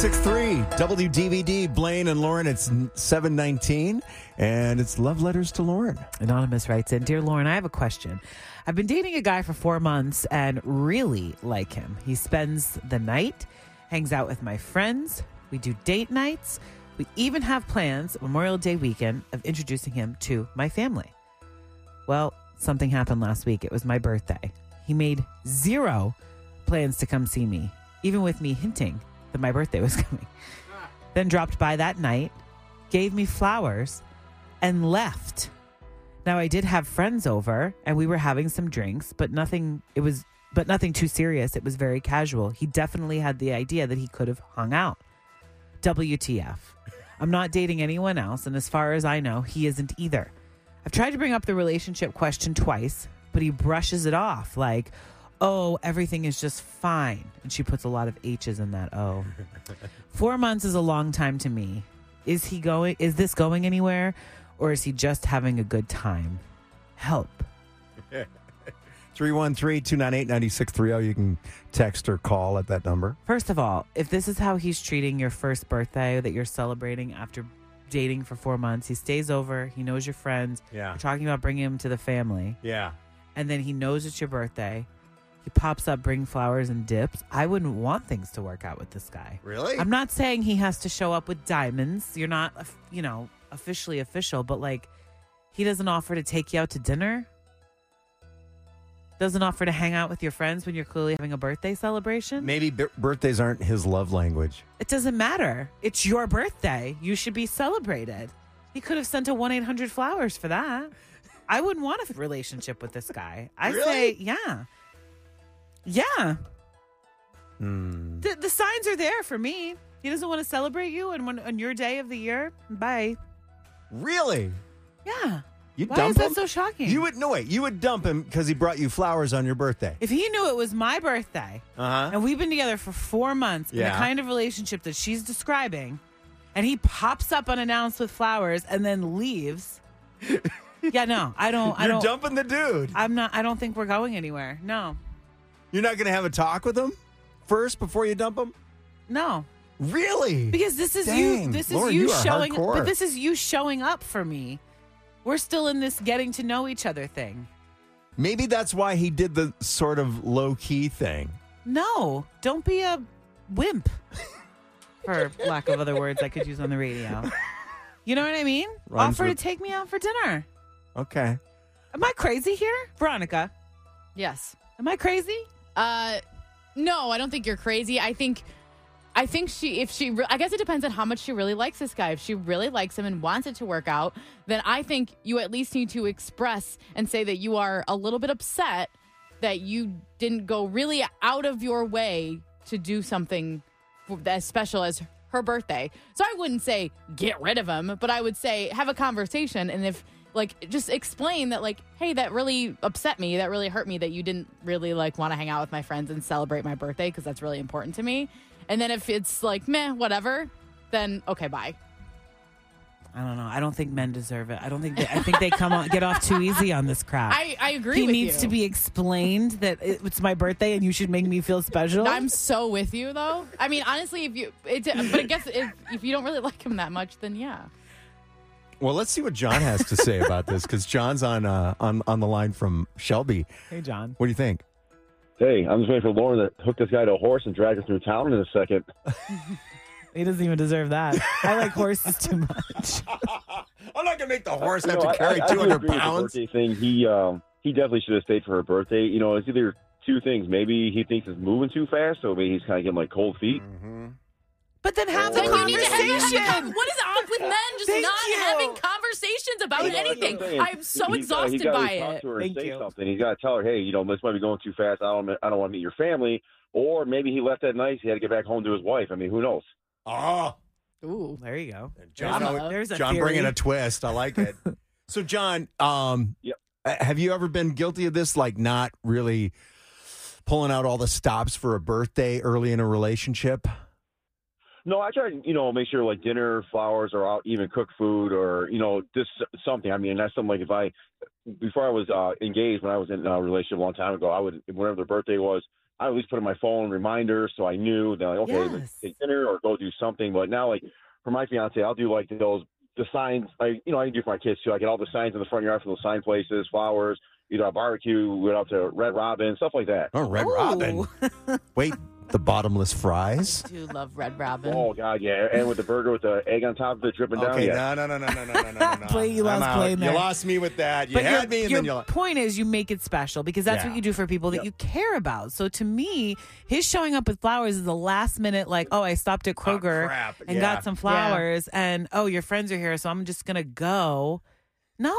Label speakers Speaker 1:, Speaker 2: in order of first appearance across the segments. Speaker 1: 96.3 WDVD, Blaine and Lauren. It's 719, and it's Love Letters to Lauren.
Speaker 2: Anonymous writes in Dear Lauren, I have a question. I've been dating a guy for four months and really like him. He spends the night, hangs out with my friends, we do date nights. We even have plans Memorial Day weekend of introducing him to my family. Well, something happened last week. It was my birthday. He made zero plans to come see me, even with me hinting that my birthday was coming. Then dropped by that night, gave me flowers, and left. Now I did have friends over and we were having some drinks, but nothing it was but nothing too serious. It was very casual. He definitely had the idea that he could have hung out. WTF. I'm not dating anyone else and as far as I know, he isn't either. I've tried to bring up the relationship question twice, but he brushes it off like, "Oh, everything is just fine." And she puts a lot of H's in that O. 4 months is a long time to me. Is he going is this going anywhere or is he just having a good time? Help.
Speaker 1: 313 298 9630. oh, You can text or call at that number.
Speaker 2: First of all, if this is how he's treating your first birthday that you're celebrating after dating for 4 months, he stays over, he knows your friends,
Speaker 1: Yeah.
Speaker 2: you're talking about bringing him to the family,
Speaker 1: Yeah.
Speaker 2: and then he knows it's your birthday. He pops up, bring flowers and dips. I wouldn't want things to work out with this guy.
Speaker 1: Really?
Speaker 2: I'm not saying he has to show up with diamonds. You're not, you know, officially official, but like, he doesn't offer to take you out to dinner. Doesn't offer to hang out with your friends when you're clearly having a birthday celebration.
Speaker 1: Maybe b- birthdays aren't his love language.
Speaker 2: It doesn't matter. It's your birthday. You should be celebrated. He could have sent a 1 800 flowers for that. I wouldn't want a relationship with this guy. I say, yeah. Yeah.
Speaker 1: Hmm.
Speaker 2: The, the signs are there for me. He doesn't want to celebrate you and when, on your day of the year. Bye.
Speaker 1: Really?
Speaker 2: Yeah.
Speaker 1: You
Speaker 2: Why
Speaker 1: dump
Speaker 2: is that
Speaker 1: him?
Speaker 2: so shocking?
Speaker 1: you would, no, wait. You would dump him because he brought you flowers on your birthday.
Speaker 2: if he knew it was my birthday
Speaker 1: Uh
Speaker 2: and we've been together for four months in
Speaker 1: Yeah.
Speaker 2: the kind of relationship that she's describing, and he pops up unannounced with flowers and then leaves. yeah, no, I don't. I
Speaker 1: You're
Speaker 2: don't.
Speaker 1: dumping the dude.
Speaker 2: I'm not. I don't think we're going anywhere. No,
Speaker 1: You're not going to have a talk with him first before you dump him?
Speaker 2: no,
Speaker 1: Really?
Speaker 2: because this is
Speaker 1: Dang,
Speaker 2: you. This is
Speaker 1: Lauren,
Speaker 2: you,
Speaker 1: you are
Speaker 2: showing.
Speaker 1: hardcore.
Speaker 2: But this is you showing up for me. We're still in this getting to know each other thing.
Speaker 1: Maybe that's why he did the sort of low key thing.
Speaker 2: No, don't be a wimp. For lack of other words I could use on the radio. You know what I mean?
Speaker 1: Rhymes
Speaker 2: Offer
Speaker 1: with-
Speaker 2: to take me out for dinner.
Speaker 1: Okay.
Speaker 2: Am I crazy here? Veronica,
Speaker 3: Yes.
Speaker 2: am I crazy?
Speaker 3: Uh, no, I don't think you're crazy. I think, I think she, if she, re- I guess it depends on how much she really likes this guy. If she really likes him and wants it to work out, then I think you at least need to express and say that you are a little bit upset that you didn't go really out of your way to do something as special as her birthday. So I wouldn't say get rid of him, but I would say have a conversation and if like just explain that like hey that really upset me that really hurt me that you didn't really like want to hang out with my friends and celebrate my birthday because that's really important to me and then if it's like meh whatever then okay bye
Speaker 2: I don't know. I don't think men deserve it. I don't think they, I think they come on, get off too easy on this crap.
Speaker 3: i i agree
Speaker 2: he
Speaker 3: with
Speaker 2: needs
Speaker 3: you.
Speaker 2: to be explained that it- it's my birthday and you should make me feel special.
Speaker 3: i'm so with you though i mean honestly if you it, but i guess if, if you don't really like him that much then yeah
Speaker 1: Well, let's see what John has to say about this because John's on uh, on on the line from Shelby.
Speaker 2: hey, John.
Speaker 1: What do you think?
Speaker 4: Hey, I'm just waiting for Lauren to hook this guy to a horse and drag us through town in a second.
Speaker 2: He doesn't even deserve that. I like horses too much.
Speaker 1: Ah, I'm not gonna make the horse
Speaker 4: No, I- I- I do agree with the birthday thing. He um, he definitely should have stayed for her birthday. You know, it's either two things. Maybe he thinks it's moving too fast, so maybe he's kind of getting like cold feet.
Speaker 1: Mm-hmm.
Speaker 2: But then have the
Speaker 4: Then you need to have
Speaker 2: conversation.
Speaker 3: what is up with men just
Speaker 2: Thank
Speaker 3: not
Speaker 2: you.
Speaker 3: having conversations about
Speaker 4: You know, that's what
Speaker 3: anything?
Speaker 4: saying.
Speaker 3: I'm so
Speaker 4: He- he's gotta-
Speaker 3: exhausted
Speaker 4: he's gotta
Speaker 3: by
Speaker 4: talk
Speaker 3: it.
Speaker 4: to her and
Speaker 2: Thank
Speaker 4: say
Speaker 2: you.
Speaker 4: something. He's got to tell her, hey, you know, this might be going too fast. I don't I don't want to meet your family. Or maybe he left that night. He had to get back home to his wife. I mean, who knows?
Speaker 1: Oh,
Speaker 3: Ooh.
Speaker 2: There you go.
Speaker 1: John,
Speaker 3: There's
Speaker 1: always-
Speaker 2: There's a
Speaker 1: John
Speaker 2: theory.
Speaker 1: bringing a twist. I like it. so, John, um,
Speaker 4: Yep.
Speaker 1: uh, have you ever been guilty of this? Like not really pulling out all the stops for a birthday early in a relationship?
Speaker 4: No, I try to, you know, make sure like dinner, flowers, or I'll even cook food or, you know, just something. I mean, that's something like if I, before I was uh, engaged, when I was in a relationship a long time ago, I would, whenever their birthday was, I at least put in my phone reminder so I knew that like, okay,
Speaker 2: Yes.
Speaker 4: let's take dinner or go do something. But now like for my fiance, I'll do like those the signs I you know, I can do for my kids too. I get all the signs in the front yard from those sign places, flowers, you know, a barbecue, we went out to Red Robin, stuff like that.
Speaker 1: Oh, Red Robin. Wait, the bottomless fries?
Speaker 3: I do love Red Robin.
Speaker 4: Oh god, yeah. And with the burger with the egg on top of it dripping down.
Speaker 1: Okay,
Speaker 4: Yeah.
Speaker 1: no, no, no, no, no, no, no, no, no.
Speaker 2: Play- you
Speaker 1: I'm
Speaker 2: lost
Speaker 1: out.
Speaker 2: play
Speaker 1: You
Speaker 2: there.
Speaker 1: lost me with that. You
Speaker 2: But
Speaker 1: had
Speaker 2: your,
Speaker 1: me, and
Speaker 2: your
Speaker 1: then "Oh, you lost.
Speaker 2: point is you make it special because that's
Speaker 1: Yeah.
Speaker 2: what you do for people that you care about. So to me, his showing up with flowers is the last minute, like, oh, I stopped at Kroger
Speaker 1: crap.
Speaker 2: and
Speaker 1: Yeah.
Speaker 2: got some flowers, and oh, your friends are here, so I'm just gonna go. No,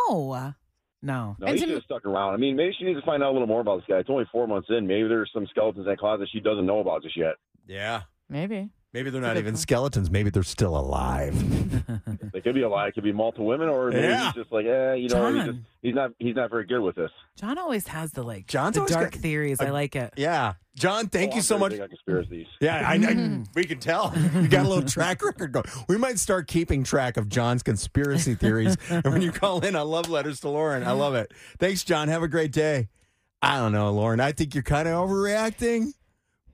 Speaker 2: no,
Speaker 4: No,
Speaker 3: And
Speaker 4: he
Speaker 3: to
Speaker 4: should
Speaker 3: me-
Speaker 4: have stuck around. I mean, maybe she needs to find out a little more about this guy. It's only four months in. Maybe there's some skeletons in that closet she doesn't know about just yet.
Speaker 1: Yeah.
Speaker 3: Maybe.
Speaker 1: Maybe they're
Speaker 3: That's a
Speaker 1: not
Speaker 3: good
Speaker 1: even
Speaker 3: point.
Speaker 1: skeletons. Maybe they're still alive.
Speaker 4: It could be a lie. It could be multiple women, or maybe
Speaker 1: Yeah.
Speaker 4: he's just like, eh, you know, he's,
Speaker 2: John.
Speaker 4: just, he's not he's not very good with this.
Speaker 2: John always has the like
Speaker 1: John's
Speaker 2: the
Speaker 1: always
Speaker 2: dark
Speaker 1: got-
Speaker 2: theories. I like it.
Speaker 1: Yeah. John, thank
Speaker 4: Oh,
Speaker 1: you
Speaker 4: I'm
Speaker 1: so
Speaker 4: very
Speaker 1: much.
Speaker 4: big on conspiracies.
Speaker 1: Yeah, I, I, we can tell. You got a little track record going. We might start keeping track of John's conspiracy theories. and when you call in, I love letters to Lauren. I love it. Thanks, John. Have a great day. I don't know, Lauren. I think you're kind of overreacting,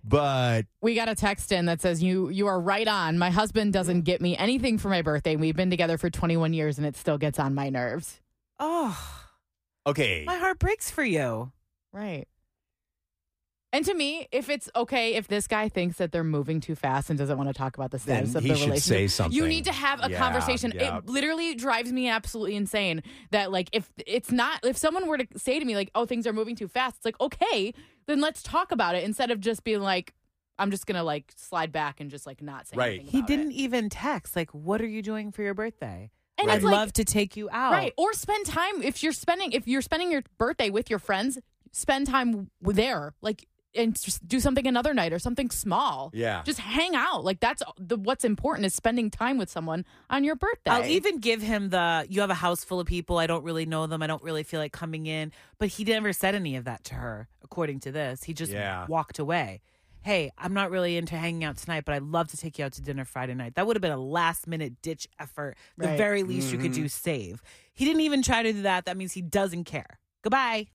Speaker 1: but
Speaker 3: We got a text in that says you you are right on. My husband doesn't get me anything for my birthday. We've been together for 21 years and it still gets on my nerves.
Speaker 2: Oh,
Speaker 1: okay.
Speaker 2: my heart breaks for you.
Speaker 3: Right. And to me, if it's okay if this guy thinks that they're moving too fast and doesn't want to talk about the
Speaker 1: Then
Speaker 3: status of
Speaker 1: he
Speaker 3: the
Speaker 1: should
Speaker 3: relationship,
Speaker 1: say something.
Speaker 3: you need to have a
Speaker 1: Yeah,
Speaker 3: conversation.
Speaker 1: yeah.
Speaker 3: It literally drives me absolutely insane that like if it's not if someone were to say to me like, "Oh, things are moving too fast," it's like, "Okay, then let's talk about it," instead of just being like, "I'm just gonna like slide back and just like not say
Speaker 1: Right.
Speaker 3: anything."
Speaker 2: He
Speaker 3: about it."
Speaker 2: didn't even text like, "What are you doing for your birthday?"
Speaker 3: And
Speaker 1: Right.
Speaker 2: I'd
Speaker 3: it's like,
Speaker 2: love to take you out.
Speaker 3: Right. Or spend time if you're spending if you're spending your birthday with your friends, spend time w- there. Like and just do something another night or something small.
Speaker 1: Yeah.
Speaker 3: Just hang out. Like that's the what's important is spending time with someone on your birthday.
Speaker 2: I'll even give him the you have a house full of people. I don't really know them. I don't really feel like coming in. But he never said any of that to her, according to this. He just
Speaker 1: Yeah.
Speaker 2: walked away. Hey, I'm not really into hanging out tonight, but I'd love to take you out to dinner Friday night. That would have been a last minute ditch effort. The
Speaker 3: Right. Mm-hmm.
Speaker 2: very least you could do save. He didn't even try to do that. That means he doesn't care. Goodbye.